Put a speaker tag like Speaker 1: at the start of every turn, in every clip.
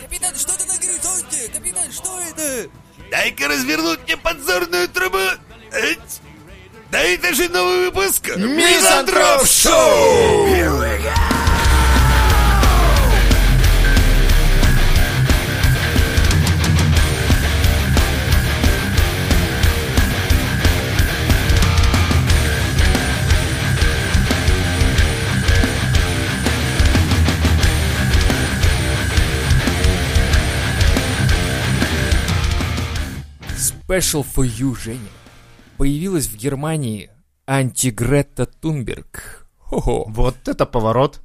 Speaker 1: Капитан, что это на горизонте? Капитан, что это?
Speaker 2: Дай-ка развернуть мне подзорную трубу! Эть. Да это же новый выпуск!
Speaker 3: Мизантроп
Speaker 2: Шоу!
Speaker 3: Special for you, Женя. Появилась в Германии антигретта Тунберг. Хо-хо.
Speaker 4: Вот это поворот.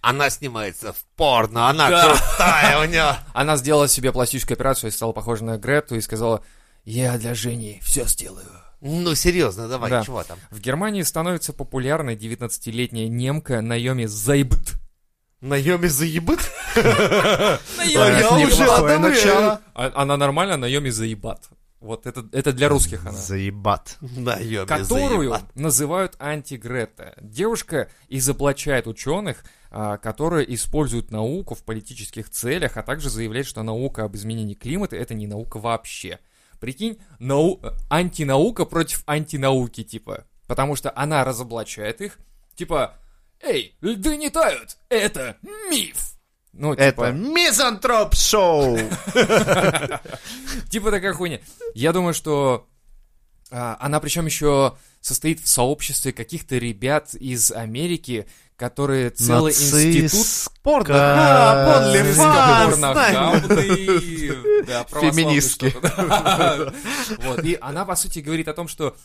Speaker 2: Она снимается в порно, она крутая у нее!
Speaker 3: Она сделала себе пластическую операцию и стала похожа на Гретту и сказала, я для Жени все сделаю.
Speaker 2: Ну, серьезно, давай,
Speaker 3: Да.
Speaker 2: чего там?
Speaker 3: В Германии становится популярной 19-летняя немка Наоми Зайбт.
Speaker 2: Наеме заебыт?
Speaker 3: Наёми
Speaker 2: я уже
Speaker 3: Заебат.
Speaker 4: Плохое
Speaker 2: одобряю.
Speaker 4: начало.
Speaker 3: А- Она нормально, Наоми Заебат. Вот это, это для русских она.
Speaker 4: Заебат.
Speaker 2: Наеме
Speaker 3: которую называют антигрета. Девушка изоблачает ученых, а, которые используют науку в политических целях, а также заявляет, что наука об изменении климата это не наука вообще. Прикинь, нау- э, антинаука против антинауки, типа. Потому что она разоблачает их, типа, эй, льды не тают, это миф. Ну,
Speaker 4: Это мизантроп шоу.
Speaker 3: Типа такая хуйня. Я думаю, что а, она причем еще состоит в сообществе каких-то ребят из Америки, которые целый институт...
Speaker 4: порно.
Speaker 3: Из порнохабный, да, православный
Speaker 4: Феминистки.
Speaker 3: что-то. Вот, и она, по сути, говорит о том, что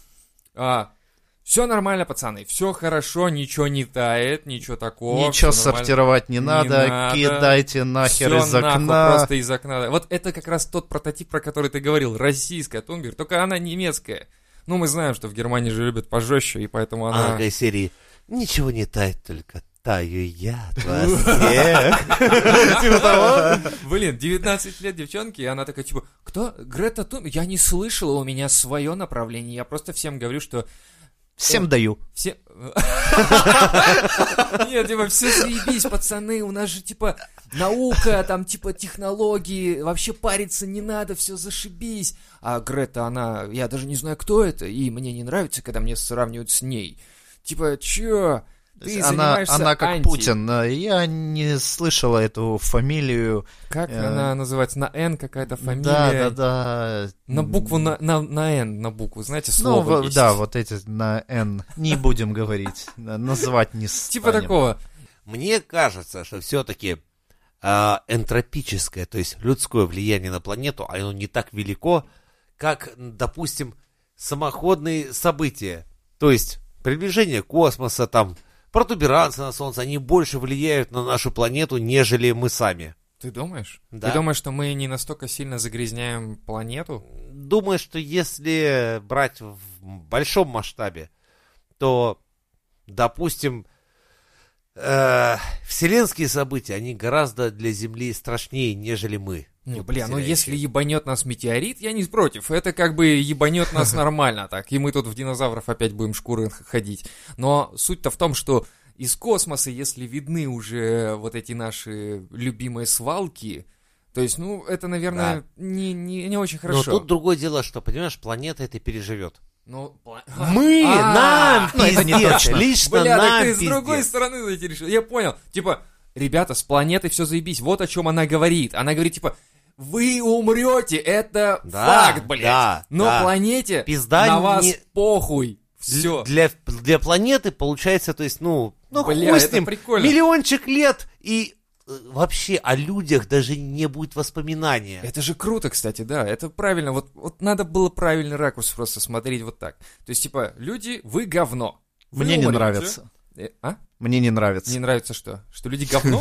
Speaker 3: все нормально, пацаны, все хорошо, ничего не тает, ничего такого.
Speaker 4: Ничего
Speaker 3: всё нормально».
Speaker 4: сортировать не надо,
Speaker 3: надо.
Speaker 4: кидайте нахер
Speaker 3: Всё
Speaker 4: из
Speaker 3: нахуй,
Speaker 4: окна.
Speaker 3: просто из окна. Вот это как раз тот прототип, про который ты говорил, российская Тунбер, только она немецкая. Ну, мы знаем, что в Германии же любят пожестче, и поэтому она...
Speaker 2: Ага, из серии «Ничего не тает, только таю я от вас всех».
Speaker 3: Типа того. Блин, 19 лет девчонки, и она такая, типа, кто? Грета Тун? Я не слышала, у меня свое направление. Я просто всем говорю, что
Speaker 4: Всем даю.
Speaker 3: все... Нет, типа, все заебись, пацаны, у нас же, типа, наука, там, типа, технологии, вообще париться не надо, все зашибись. А Грета, она, я даже не знаю, кто это, и мне не нравится, когда мне сравнивают с ней. Типа, чё? Ты
Speaker 4: Она,
Speaker 3: занимаешься
Speaker 4: она как
Speaker 3: анти.
Speaker 4: Путин. Я не слышала эту фамилию.
Speaker 3: Как
Speaker 4: Э.
Speaker 3: она называется? На Н какая-то фамилия?
Speaker 4: Да, да, да.
Speaker 3: На букву, на, на, на Н, на букву, знаете,
Speaker 4: Ну,
Speaker 3: слово
Speaker 4: в-
Speaker 3: есть.
Speaker 4: да, вот эти на Н. Не будем говорить. на- Называть не
Speaker 3: Типа
Speaker 4: станем.
Speaker 3: такого.
Speaker 2: Мне кажется, что все-таки энтропическое, то есть людское влияние на планету, а оно не так велико, как, допустим, самоходные события. То есть приближение космоса, там, протуберанцы на Солнце, они больше влияют на нашу планету, нежели мы сами.
Speaker 3: Ты думаешь?
Speaker 2: Да.
Speaker 3: Ты думаешь, что мы не настолько сильно загрязняем планету?
Speaker 2: Думаю, что если брать в большом масштабе, то, допустим, э, вселенские события, они гораздо для Земли страшнее, нежели мы.
Speaker 3: Не,
Speaker 2: Тут
Speaker 3: бля, ну
Speaker 2: потеряющие.
Speaker 3: если ебанет нас метеорит, я не против. Это как бы ебанет нас нормально так. И мы тут в динозавров опять будем шкуры х- ходить. Но суть-то в том, что из космоса, если видны уже вот эти наши любимые свалки, то есть, ну, это, наверное, не, не, не очень
Speaker 2: Но
Speaker 3: хорошо.
Speaker 2: Ну, тут другое дело, что, понимаешь, планета это переживет.
Speaker 3: Ну, пла-
Speaker 2: Мы,
Speaker 3: А,
Speaker 2: нам,
Speaker 4: ну, это не
Speaker 2: пиздец,
Speaker 4: точно.
Speaker 2: лично
Speaker 3: Бля, так
Speaker 2: нам,
Speaker 3: ты с другой
Speaker 2: пиздец.
Speaker 3: стороны зайти решил. Я понял. Типа, ребята, с планеты все заебись. Вот о чем она говорит. Она говорит, типа, вы умрете, это
Speaker 2: Да,
Speaker 3: факт, блядь.
Speaker 2: да,
Speaker 3: Но
Speaker 2: да.
Speaker 3: планете
Speaker 2: Пизда
Speaker 3: на вас
Speaker 2: не-
Speaker 3: похуй. Все.
Speaker 2: Для, для планеты получается, то есть, ну, ну
Speaker 3: Бля,
Speaker 2: хуй
Speaker 3: это
Speaker 2: с ним,
Speaker 3: прикольно.
Speaker 2: миллиончик лет, и э, вообще о людях даже не будет воспоминания.
Speaker 3: Это же круто, кстати, да, это правильно, вот, вот надо было правильный ракурс просто смотреть вот так. То есть, типа, люди, вы говно. Вы
Speaker 4: Мне не
Speaker 3: умрете.
Speaker 4: нравится.
Speaker 3: Э, А?
Speaker 4: Мне не
Speaker 3: Не
Speaker 4: нравится.
Speaker 3: нравится что? Что люди говно?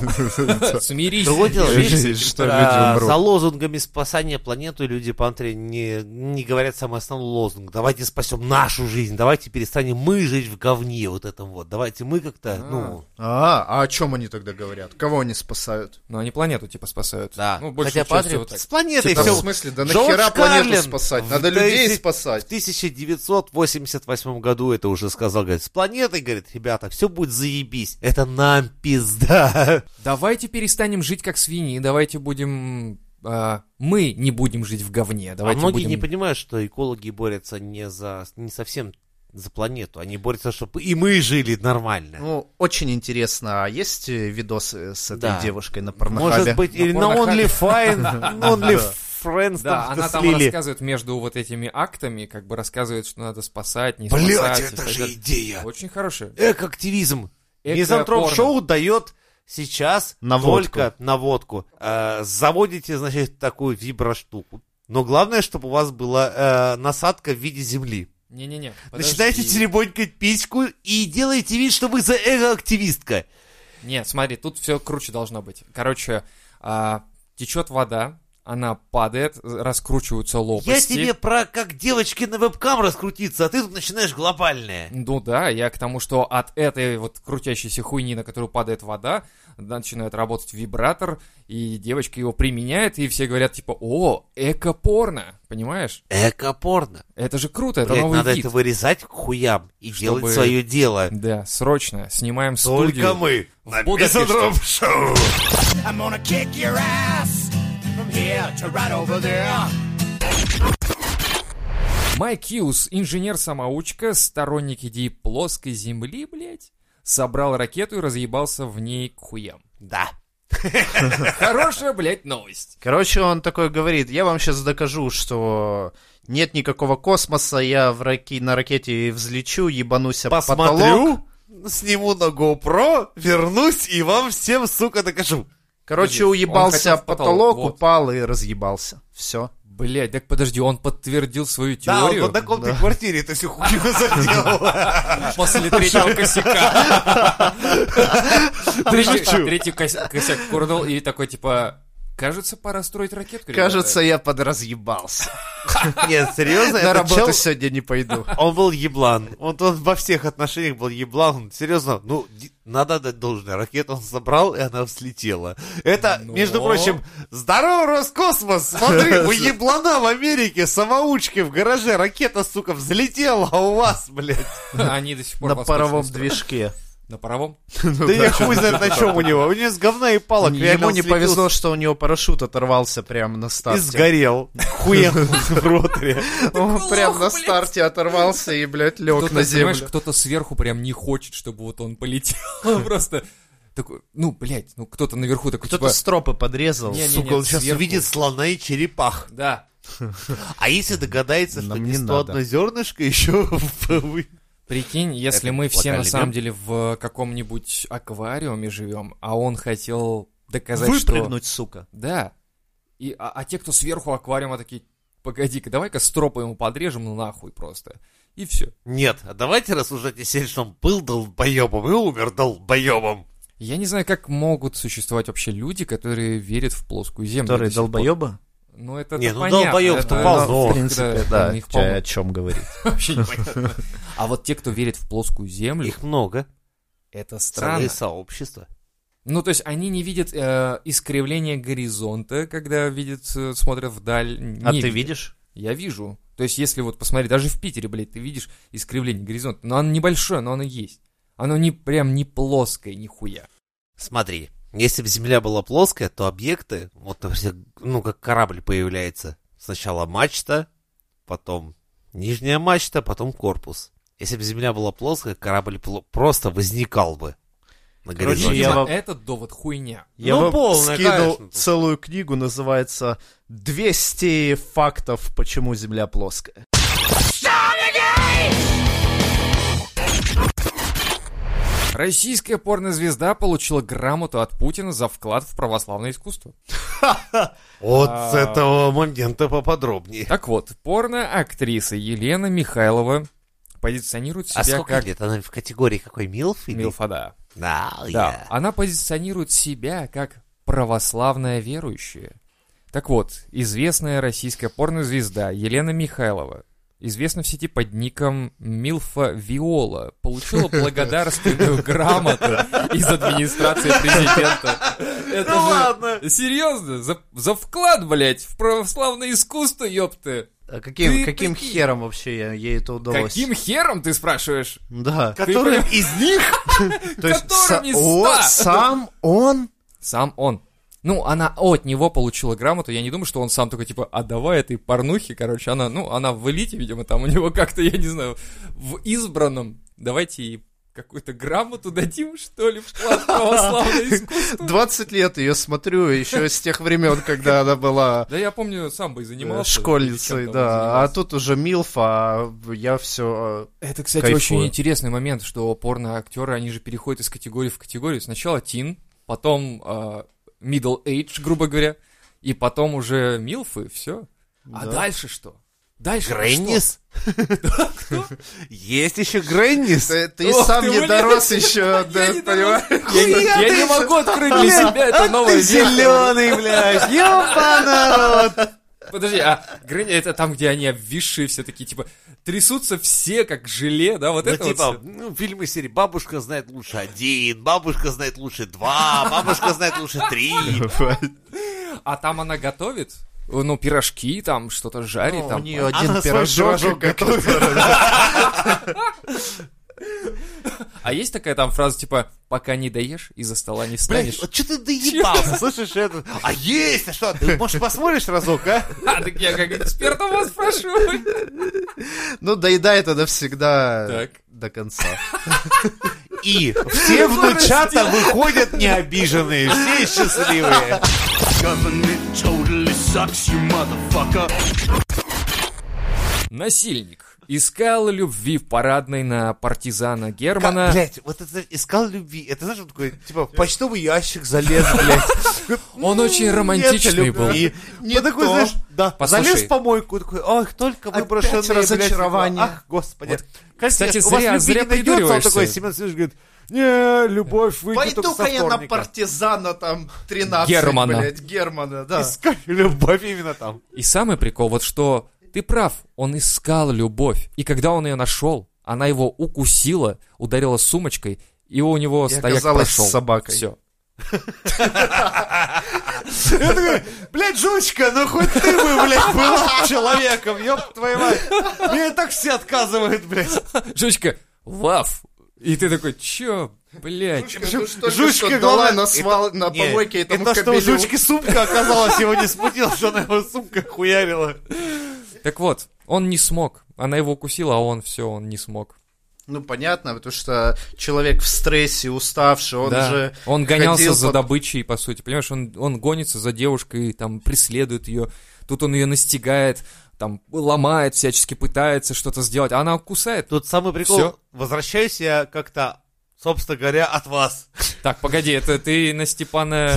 Speaker 3: Смирись.
Speaker 2: Другое дело,
Speaker 4: Жизнь,
Speaker 2: видишь,
Speaker 4: что
Speaker 2: а,
Speaker 4: люди умрут.
Speaker 2: за лозунгами спасания планеты люди Пантри не, не говорят самый основной лозунг. Давайте спасем нашу жизнь, давайте перестанем мы жить в говне вот этом вот. Давайте мы как-то, ну,
Speaker 4: А, а о чем они тогда говорят? Кого они спасают?
Speaker 3: Ну, они планету, типа, спасают.
Speaker 2: да.
Speaker 3: Ну, большей
Speaker 2: Хотя
Speaker 3: частью
Speaker 2: Пантри
Speaker 3: вот так.
Speaker 2: с планетой
Speaker 4: Да Типа, в
Speaker 2: все...
Speaker 4: смысле? Да
Speaker 2: Джордж
Speaker 4: нахера планету
Speaker 2: Карлин
Speaker 4: спасать?
Speaker 2: в
Speaker 4: Надо людей
Speaker 2: 10 В
Speaker 4: спасать.
Speaker 2: 1988 году это уже сказал, говорит, с планетой, говорит, ребята, все будет заебись, это нам пизда. А
Speaker 3: Давайте перестанем жить как свиньи, давайте будем а, мы не будем жить в говне.
Speaker 2: А
Speaker 3: Давайте
Speaker 2: многие
Speaker 3: будем...
Speaker 2: не понимают, что экологи борются не за не совсем за планету, они борются, чтобы и мы жили нормально.
Speaker 4: Ну, очень интересно, а есть э, видосы с этой
Speaker 2: Да.
Speaker 4: девушкой на порнохабе?
Speaker 2: Может быть, или на
Speaker 3: На
Speaker 2: Only
Speaker 3: порнохабе.
Speaker 2: Fine, Only Friends
Speaker 3: Да,
Speaker 2: там
Speaker 3: она там
Speaker 2: слили.
Speaker 3: рассказывает между вот этими актами, как бы рассказывает, что надо спасать, не
Speaker 2: Блять,
Speaker 3: спасать. и
Speaker 2: это
Speaker 3: так
Speaker 2: же
Speaker 3: далее.
Speaker 2: идея.
Speaker 3: Очень хорошее.
Speaker 2: Экоактивизм.
Speaker 3: Эко-порно.
Speaker 2: Мизантроп шоу дает сейчас
Speaker 4: Наводку.
Speaker 2: только наводку. Э, заводите, значит, такую виброштуку. Но главное, чтобы у вас была э, насадка в виде земли.
Speaker 3: Не-не-не,
Speaker 2: Начинаете
Speaker 3: подожди.
Speaker 2: теребонькать письку и делаете вид, что вы за эго-активистка.
Speaker 3: Нет, смотри, тут все круче должно быть. Короче, течет вода, она падает, раскручиваются лопасти.
Speaker 2: Я тебе про как девочки на вебкам раскрутиться, а ты тут начинаешь глобальное.
Speaker 3: Ну да, я к тому, что от этой вот крутящейся хуйни, на которую падает вода, начинает работать вибратор, и девочка его применяет, и все говорят типа, о, эко-порно, понимаешь?
Speaker 2: Эко-порно.
Speaker 3: Это же круто, это
Speaker 2: Блядь,
Speaker 3: новый
Speaker 2: надо
Speaker 3: вид.
Speaker 2: это вырезать к хуям и
Speaker 3: Чтобы-
Speaker 2: делать свое дело.
Speaker 3: Да, срочно, снимаем
Speaker 2: Только
Speaker 3: студию.
Speaker 2: мы
Speaker 3: В
Speaker 2: на
Speaker 3: Будапеште.
Speaker 2: Мизантроп Шоу.
Speaker 5: I'm gonna kick your ass from here to right over there.
Speaker 3: Майк Хьюз, инженер-самоучка, сторонник идеи плоской земли, блядь, собрал ракету и разъебался в ней к хуям.
Speaker 2: Да.
Speaker 3: Хорошая, блядь, новость.
Speaker 4: Короче, он такой говорит, я вам сейчас докажу, что нет никакого космоса, я в раке- на ракете взлечу, ебанусь об потолок.
Speaker 2: Посмотрю, сниму на GoPro, вернусь и вам всем, сука, докажу.
Speaker 4: Короче,
Speaker 3: Он
Speaker 4: уебался
Speaker 3: хотел в
Speaker 4: об потолок,
Speaker 3: потолок, вот.
Speaker 4: упал и разъебался. Все.
Speaker 3: Блядь, так подожди, он подтвердил свою
Speaker 2: Да, он в
Speaker 3: теорию
Speaker 2: однокомнатной квартире это все хуйню заделал.
Speaker 3: после третьего косяка. Третий третий кос- косяк курнул и такой, типа, кажется, пора строить ракетку. ребята».
Speaker 4: Кажется, я подразъебался.
Speaker 2: Нет, серьезно,
Speaker 4: На
Speaker 2: этот
Speaker 4: работу
Speaker 2: чел,
Speaker 4: сегодня не пойду.
Speaker 2: А он был еблан. Он, он во всех отношениях был еблан. Серьезно, ну, ди- надо дать должное. Ракету он собрал, и она взлетела. Это,
Speaker 3: Но-
Speaker 2: между прочим, здорово, Роскосмос! Смотри, у еблана в Америке, самоучки в гараже, ракета, сука, взлетела, а у вас, блядь.
Speaker 3: Они до сих пор
Speaker 4: На
Speaker 3: восточные
Speaker 4: паровом
Speaker 3: страны.
Speaker 4: движке.
Speaker 3: На паровом?
Speaker 2: Да я хуй знает на чем у него. У него с говна и палок. реально
Speaker 4: Ему
Speaker 2: он
Speaker 4: не
Speaker 2: слетел
Speaker 4: повезло, что у него парашют оторвался прямо на
Speaker 2: И
Speaker 4: старте.
Speaker 2: сгорел. Хуя в роторе.
Speaker 4: Он прям на старте оторвался и, блядь, лег
Speaker 3: Кто-то,
Speaker 4: на
Speaker 3: понимаешь,
Speaker 4: землю.
Speaker 3: кто-то сверху прям не хочет, чтобы вот он полетел. Просто такой, ну, блядь, ну кто-то наверху такой,
Speaker 4: Кто-то
Speaker 3: типа...
Speaker 4: стропы подрезал.
Speaker 3: Не-не-не,
Speaker 2: Сука, он сейчас
Speaker 3: сверху.
Speaker 2: увидит слона и черепах.
Speaker 3: Да.
Speaker 2: А если догадается, что
Speaker 4: Нам
Speaker 2: не
Speaker 4: не
Speaker 2: сто
Speaker 4: надо.
Speaker 2: одно зернышко еще вы-
Speaker 3: Прикинь, если
Speaker 2: Это
Speaker 3: мы все на
Speaker 2: локальный
Speaker 3: самом
Speaker 2: мем.
Speaker 3: деле в каком-нибудь аквариуме живем, а он хотел доказать, что...
Speaker 4: Выпрыгнуть, сука.
Speaker 3: Да. И, а, а те, кто сверху аквариума, такие, погоди-ка, давай-ка стропы ему подрежем, ну нахуй просто. И все.
Speaker 2: Нет, а давайте рассуждать о себе, что он был долбоебом и умер долбоебом.
Speaker 3: Я не знаю, как могут существовать вообще люди, которые верят в плоскую землю.
Speaker 4: Которые
Speaker 3: до сих пор.
Speaker 4: долбоеба?
Speaker 3: Ну, это
Speaker 2: Не, ну,
Speaker 3: понятно.
Speaker 2: долбоёб-то
Speaker 3: это-
Speaker 2: полно.
Speaker 3: ну,
Speaker 4: В принципе,
Speaker 3: когда
Speaker 4: да,
Speaker 3: Их
Speaker 4: чё-
Speaker 3: полно.
Speaker 4: о чем говорить.
Speaker 3: Вообще непонятно. А вот те, кто верит в плоскую землю,
Speaker 2: Их много.
Speaker 3: это странно.
Speaker 2: Целые сообщества.
Speaker 3: Ну, то есть они не видят э, искривления горизонта, когда видят, э, смотрят вдаль. Не
Speaker 4: А ты
Speaker 3: видят.
Speaker 4: видишь?
Speaker 3: Я вижу. То есть, если вот посмотреть, даже в Питере, блядь, ты видишь искривление горизонта. Но оно небольшое, но оно есть. Оно не прям не плоское, нихуя.
Speaker 2: Смотри, если бы Земля была плоская, то объекты, вот, например, ну, как корабль появляется. Сначала мачта, потом нижняя мачта, потом корпус. Если бы Земля была плоская, корабль пло- просто возникал бы на
Speaker 4: Короче,
Speaker 2: горизонте.
Speaker 4: я
Speaker 3: Видимо,
Speaker 4: вам-
Speaker 3: этот довод хуйня.
Speaker 4: Я
Speaker 2: Ну,
Speaker 4: вам
Speaker 2: полная,
Speaker 4: скинул
Speaker 2: конечно.
Speaker 4: целую книгу, называется «200 фактов, почему Земля плоская».
Speaker 3: Российская порнозвезда получила грамоту от Путина за вклад в православное искусство.
Speaker 2: Вот с
Speaker 3: А.
Speaker 2: этого момента поподробнее.
Speaker 3: Так вот, порно-актриса Елена Михайлова позиционирует себя
Speaker 2: А сколько
Speaker 3: как...
Speaker 2: лет? Она в категории какой? Милф? или-
Speaker 3: Милфа, да.
Speaker 2: Да,
Speaker 3: Да,
Speaker 2: я.
Speaker 3: она позиционирует себя как православная верующая. Так вот, известная российская порнозвезда Елена Михайлова, известна в сети под ником Милфа Виола, получила благодарственную грамоту из администрации президента. Это
Speaker 2: Ну
Speaker 3: же-
Speaker 2: ладно.
Speaker 3: Серьезно? За, за вклад, блядь, в православное искусство, ёпты.
Speaker 4: А каким,
Speaker 3: Ты
Speaker 4: каким хером вообще я- ей это удалось?
Speaker 3: Каким хером, ты спрашиваешь?
Speaker 4: Да.
Speaker 2: Который из них
Speaker 4: То есть
Speaker 3: Которым
Speaker 4: са-
Speaker 3: из
Speaker 4: о,
Speaker 3: ста?
Speaker 4: сам он
Speaker 3: Сам он. Ну, она от него получила грамоту. Я не думаю, что он сам такой, типа, а давай этой порнухи, короче, она, ну, она в элите, видимо, там у него как-то, я не знаю, в избранном. Давайте ей какую-то грамоту дадим, что ли, в вклад в православное искусство.
Speaker 4: 20 лет ее смотрю, еще с тех времен, когда она была
Speaker 3: Да я помню, самбой
Speaker 4: э,
Speaker 3: занимался.
Speaker 4: школьницей,
Speaker 3: чем там он
Speaker 4: да. А
Speaker 3: занимался.
Speaker 4: тут уже Милфа, а я э, все...
Speaker 3: Это, кстати,
Speaker 4: Кайфую.
Speaker 3: очень интересный момент, что порно-актеры, они же переходят из категории в категорию. Сначала тин, потом э, middle age, грубо говоря, и потом уже милфы, все. А
Speaker 4: Да.
Speaker 3: дальше что? Дальше
Speaker 2: Греннис? Есть еще Греннис?
Speaker 4: Ты, ты
Speaker 3: Ох,
Speaker 4: сам
Speaker 3: ты,
Speaker 4: не
Speaker 3: блин,
Speaker 4: дорос еще, да,
Speaker 3: не
Speaker 4: понимаешь?
Speaker 3: что? Я, не- я не могу открыть для себя это новое веко.
Speaker 2: Зеленый, блядь, ёбанарод!
Speaker 3: Подожди, а Грэнни это там, где они обвисшие все такие, типа, трясутся все как желе, да, вот
Speaker 2: Ну,
Speaker 3: это
Speaker 2: типа,
Speaker 3: вот. всё.
Speaker 2: ну, фильмы серии «Бабушка знает лучше один», «Бабушка знает лучше два», «Бабушка знает лучше три».
Speaker 3: А там она готовит, ну, пирожки там, что-то жарит
Speaker 4: Ну, У
Speaker 3: там.
Speaker 4: нее
Speaker 2: Она
Speaker 4: один
Speaker 2: свой
Speaker 4: пирожок
Speaker 2: пирожок
Speaker 4: готовит.
Speaker 3: А есть такая там фраза, типа, пока не доешь, из-за стола не
Speaker 2: Блядь,
Speaker 3: встанешь.
Speaker 2: вот что ты доебался, слышишь это? А есть, а что? Ты, может, посмотришь разок, а?
Speaker 3: А, так я как эксперт у вас прошу.
Speaker 4: Ну, доедает она всегда
Speaker 3: Так.
Speaker 4: до конца.
Speaker 2: И все внучата выходят необиженные, все счастливые.
Speaker 5: Government totally sucks, you motherfucker.
Speaker 3: Насильник. Искал любви в парадной на партизана Германа.
Speaker 2: Блять, вот это искал любви. Это знаешь, вот такой, типа, в почтовый ящик залез, блядь.
Speaker 3: Он очень романтичный был.
Speaker 2: И
Speaker 4: Не
Speaker 2: вот такой,
Speaker 4: то.
Speaker 2: знаешь, да,
Speaker 3: Послушай.
Speaker 2: залез в помойку, такой, ах, только выброшенные, блядь,
Speaker 4: разочарование.
Speaker 2: Ах, господи.
Speaker 3: Вот,
Speaker 2: Конечно,
Speaker 3: кстати,
Speaker 2: у вас
Speaker 3: зря-
Speaker 2: любви
Speaker 3: зря
Speaker 2: не найдется, он такой,
Speaker 3: придуриваешься.
Speaker 2: Семен Семенович говорит, не, любовь выйдет только
Speaker 4: Пойду-ка
Speaker 2: со
Speaker 4: я на
Speaker 2: вторника».
Speaker 4: партизана там 13,
Speaker 3: Германа.
Speaker 4: блядь, Германа, да.
Speaker 2: Искали любовь именно там.
Speaker 3: И самый прикол, вот что ты прав, он искал любовь. И когда он ее нашел, она его укусила, ударила сумочкой, и у него
Speaker 4: И
Speaker 3: стояк
Speaker 4: оказалась
Speaker 3: прошел.
Speaker 4: с собакой.
Speaker 3: Все.
Speaker 2: Я такой, блядь, Жучка, ну хоть ты бы, блядь, была человеком, ёб твою мать. Мне так все отказывают, блядь.
Speaker 3: Жучка, лав. И ты такой, че, блядь?
Speaker 2: Жучка,
Speaker 4: Жучка дала
Speaker 2: главное-
Speaker 4: на, свал... на
Speaker 2: Не,
Speaker 4: помойке
Speaker 2: и
Speaker 4: этому
Speaker 2: то, Э, что у
Speaker 4: кобелю.
Speaker 2: Жучки сумка оказалась, его не смутило, что она его сумка хуярила.
Speaker 3: Так вот, он не смог. Она его укусила, а он все, он не смог.
Speaker 4: Ну, понятно, потому что человек в стрессе, уставший, он
Speaker 3: Да.
Speaker 4: же...
Speaker 3: он гонялся
Speaker 4: ходил
Speaker 3: за
Speaker 4: под-
Speaker 3: добычей, по сути, понимаешь, он, он гонится за девушкой, там, преследует ее, тут он ее настигает, там, ломает всячески, пытается что-то сделать, а она кусает.
Speaker 2: Тут самый прикол,
Speaker 3: Всё.
Speaker 2: возвращаюсь я как-то, собственно говоря, от вас.
Speaker 3: Так, погоди, это ты на Степана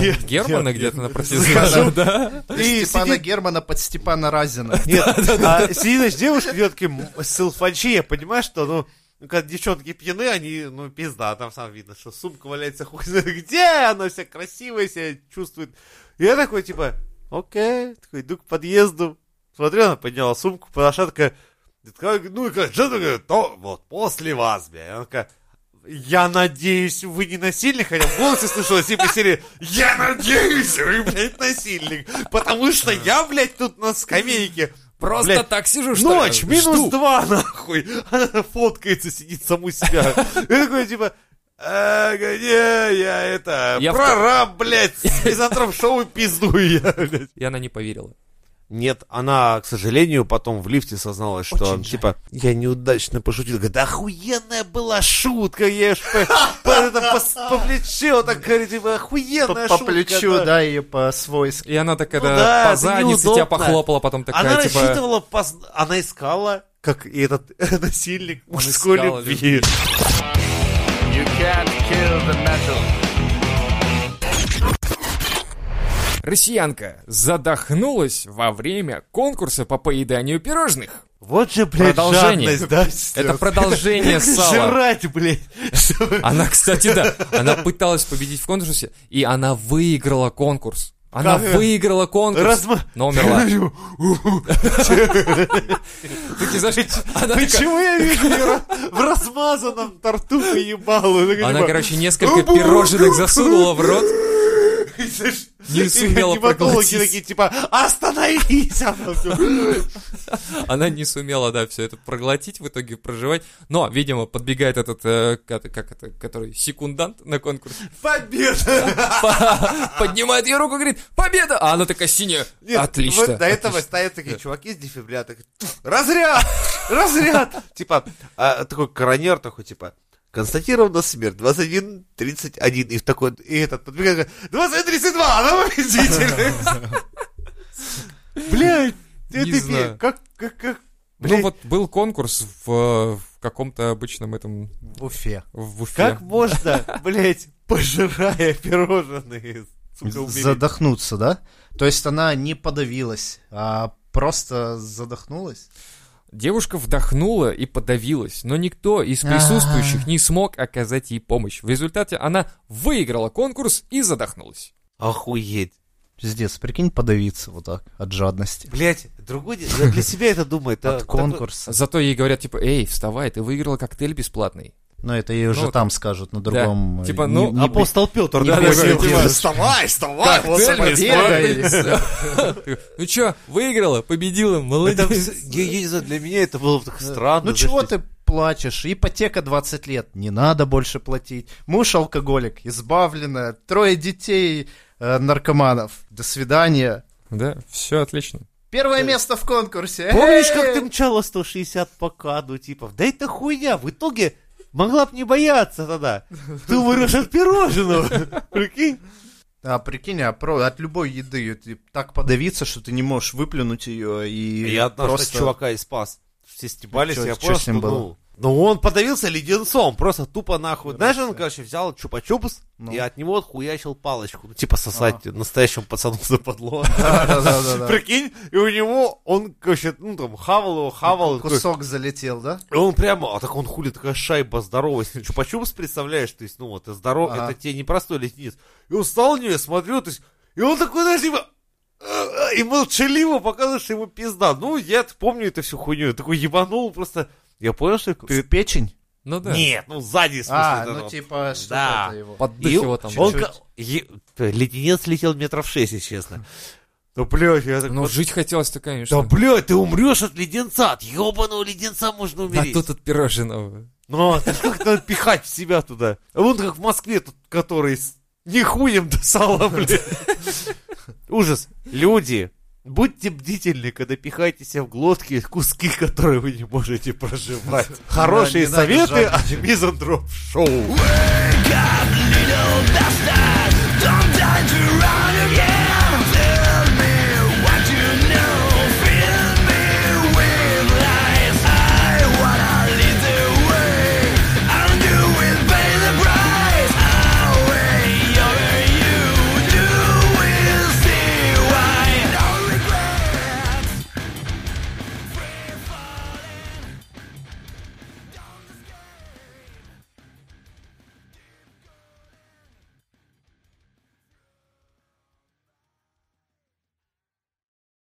Speaker 2: Нет,
Speaker 3: Германа
Speaker 2: нет,
Speaker 3: где-то на
Speaker 2: Захожу.
Speaker 3: партизана, да?
Speaker 4: И Степана
Speaker 2: сидит-
Speaker 4: Германа под Степана Разина.
Speaker 2: Нет, а сидит, значит, девушка идет таким селфачи, я понимаю, что, ну, ну, когда девчонки пьяны, они, ну, пизда, там сам видно, что сумка валяется хуй знает где, она вся красивая себя чувствует. И я такой, типа, окей, такой, иду к подъезду. Смотрю, она подняла сумку, подошла такая, я такая, ну, и как, что такое, то, вот, после вас, бля. И она такая, я надеюсь, вы не насильник, хотя в голосе слышалось типа серии «Я надеюсь, вы, блядь, насильник, потому что я, блядь, тут на скамейке».
Speaker 3: Просто
Speaker 2: Блядь,
Speaker 3: так сижу, что
Speaker 2: Ночь,
Speaker 3: ли?
Speaker 2: минус
Speaker 3: Жду.
Speaker 2: два, нахуй. Она фоткается, сидит саму себя. Я такой, типа, «Э, не, я это,
Speaker 3: Я в-
Speaker 2: прораб, блядь, с мизантроп шоу пиздую я, блядь.
Speaker 3: И она не поверила.
Speaker 2: Нет, она, к сожалению, потом в лифте созналась, что,
Speaker 4: Очень жаль.
Speaker 2: типа, я неудачно пошутил. Говорит, да охуенная была шутка, я ж по, по, это, по с- по плечу, так говорит, типа,
Speaker 4: По,
Speaker 2: охуенная
Speaker 4: по
Speaker 2: шутка.
Speaker 4: плечу, да, и по-свойски.
Speaker 3: И она такая
Speaker 2: Ну
Speaker 3: да,
Speaker 2: да,
Speaker 3: по
Speaker 2: это
Speaker 3: заднице
Speaker 2: неудобно.
Speaker 3: тебя похлопала, потом такая,
Speaker 2: она
Speaker 3: типа...
Speaker 2: рассчитывала, пос- она искала, как и этот насильник мужской
Speaker 3: искал
Speaker 2: любви.
Speaker 3: Россиянка задохнулась во время конкурса по поеданию пирожных.
Speaker 2: Вот же, блядь,
Speaker 3: Продолжение.
Speaker 2: жадность, да? Стёп?
Speaker 3: Это продолжение сала.
Speaker 2: Жрать, блядь.
Speaker 3: Она, кстати, да, она пыталась победить в конкурсе, и она выиграла конкурс. Она
Speaker 2: Как?
Speaker 3: выиграла конкурс,
Speaker 2: Разма-
Speaker 3: но умерла. Ты не знаешь, она такая-
Speaker 2: Почему я вижу её в размазанном торту поебалу? типа,
Speaker 3: Она, короче, несколько пирожных засунула в рот.
Speaker 2: короче...
Speaker 3: не сумела
Speaker 2: Климатологи
Speaker 3: проглотить.
Speaker 2: такие, типа, остановись! Она всё-
Speaker 3: Она не сумела, да, все это проглотить, в итоге проживать. Но, видимо, подбегает этот, э, как, как это, который секундант на конкурс,
Speaker 2: Победа!
Speaker 3: по- поднимает ее руку и говорит «Победа!» А она такая синяя.
Speaker 2: а, Нет,
Speaker 3: отлично.
Speaker 2: вот до этого
Speaker 3: отлично.
Speaker 2: стоят такие чуваки с дефибриллятором. такие, Разряд! Разряд! Типа, а, такой коронер такой, типа, констатирована смерть 21.31. И в такой, и этот подбегает, говорит, 21.32, она победитель! Блядь,
Speaker 3: Не
Speaker 2: это пи-
Speaker 3: знаю.
Speaker 2: как, как, как,
Speaker 3: Ну
Speaker 2: блядь,
Speaker 3: вот был конкурс в, э, в каком-то обычном этом,
Speaker 4: В Уфе.
Speaker 3: в Уфе.
Speaker 2: как можно, блядь, пожирая пирожные, сука, умереть?
Speaker 4: Задохнуться, да? То есть она не подавилась, а просто задохнулась?
Speaker 3: Девушка вдохнула и подавилась, но никто из присутствующих не смог оказать ей помощь. В результате она выиграла конкурс и задохнулась.
Speaker 2: Охуеть.
Speaker 4: Пиздец, прикинь, подавиться вот так от жадности.
Speaker 2: Блять, другой де- я для себя это думает. а,
Speaker 4: от
Speaker 2: такой-
Speaker 4: конкурса.
Speaker 3: Зато ей говорят, типа, эй, вставай, ты выиграла коктейль бесплатный.
Speaker 4: Но Ну, это ей уже
Speaker 2: Ну,
Speaker 3: вот-
Speaker 4: там скажут, на другом.
Speaker 3: Типа,
Speaker 4: э,
Speaker 3: ну,
Speaker 4: не- не
Speaker 2: Апостол Петр,
Speaker 4: не
Speaker 2: да,
Speaker 4: бойся,
Speaker 2: такой, а типа,
Speaker 4: девушка.
Speaker 2: вставай, вставай, вот
Speaker 3: Коктейль
Speaker 4: самодельный.
Speaker 3: бесплатный. Ну чё, выиграла, победила,
Speaker 2: Это
Speaker 3: молодец.
Speaker 2: вс- я- я не знаю, для меня это было так странно.
Speaker 4: Ну чего
Speaker 2: знаешь,
Speaker 4: ты плачешь? Ипотека 20 лет, не надо больше платить. Муж алкоголик, избавлена, трое детей э, наркоманов. До свидания.
Speaker 3: Да, все отлично.
Speaker 4: Первое место в конкурсе.
Speaker 2: типа, Помнишь, как
Speaker 4: Эй!
Speaker 2: ты мчала 160 по каду, типа, да это хуйня, в итоге могла бы не бояться тогда. Ты умрешь от пирожного, прикинь.
Speaker 4: А прикинь, а про- от любой еды ты так подавиться, что ты не можешь выплюнуть ее и просто...
Speaker 2: и спас. Все стебались,
Speaker 4: Чё-
Speaker 2: я
Speaker 4: чё
Speaker 2: понял,
Speaker 4: с ним
Speaker 2: что,
Speaker 4: было?
Speaker 2: ну, ну, он подавился леденцом, просто тупо нахуй. Знаешь, он, короче, взял чупа-чупс
Speaker 4: Ну. А.
Speaker 2: и от него отхуячил палочку. Ну, типа сосать настоящему пацану западло.
Speaker 4: Да-да-да-да-да.
Speaker 2: Прикинь, и у него, он, короче, ну, там, хавал его, хавал. такой,
Speaker 4: Кусок залетел, да?
Speaker 2: И он прямо, а так он хули, такая шайба здоровая. Если чупа-чупс представляешь, то есть, ну вот, здоров,
Speaker 4: Ага.
Speaker 2: это тебе не простой леденец. И он стал на нее, смотрю, то есть, и он такой, знаешь, типа, «А-а-а», и молчаливо показывает, что ему пизда. Ну, я помню эту всю хуйню. Я такой ебанул просто. Я понял, что... я
Speaker 4: В
Speaker 2: перед-
Speaker 4: печень?
Speaker 3: Ну да.
Speaker 2: Нет, ну сзади, в смысле.
Speaker 4: А,
Speaker 2: это
Speaker 4: ну
Speaker 2: вот.
Speaker 4: типа что
Speaker 2: Да.
Speaker 4: это его.
Speaker 2: И
Speaker 3: Поддыхивала там.
Speaker 2: он
Speaker 4: чуть-чуть.
Speaker 2: ка- е- Леденец летел метров шесть, если честно. Ну, блядь, я так...
Speaker 3: Ну, жить хотелось-то,
Speaker 2: Да,
Speaker 3: конечно.
Speaker 2: блядь, ты умрешь от леденца, от ебаного леденца можно
Speaker 3: А
Speaker 2: умереть.
Speaker 3: тут от пирожного.
Speaker 2: Ну, это ж как надо пихать в себя туда. А вон как в Москве тут, который с нихуем до сала, блядь. Ужас. Люди, будьте бдительны, когда пихаете себе в глотки куски, которые вы не можете проживать. Хорошие
Speaker 4: Да, не надо
Speaker 2: советы
Speaker 4: жадничать.
Speaker 2: от Мизантроп Шоу.
Speaker 5: God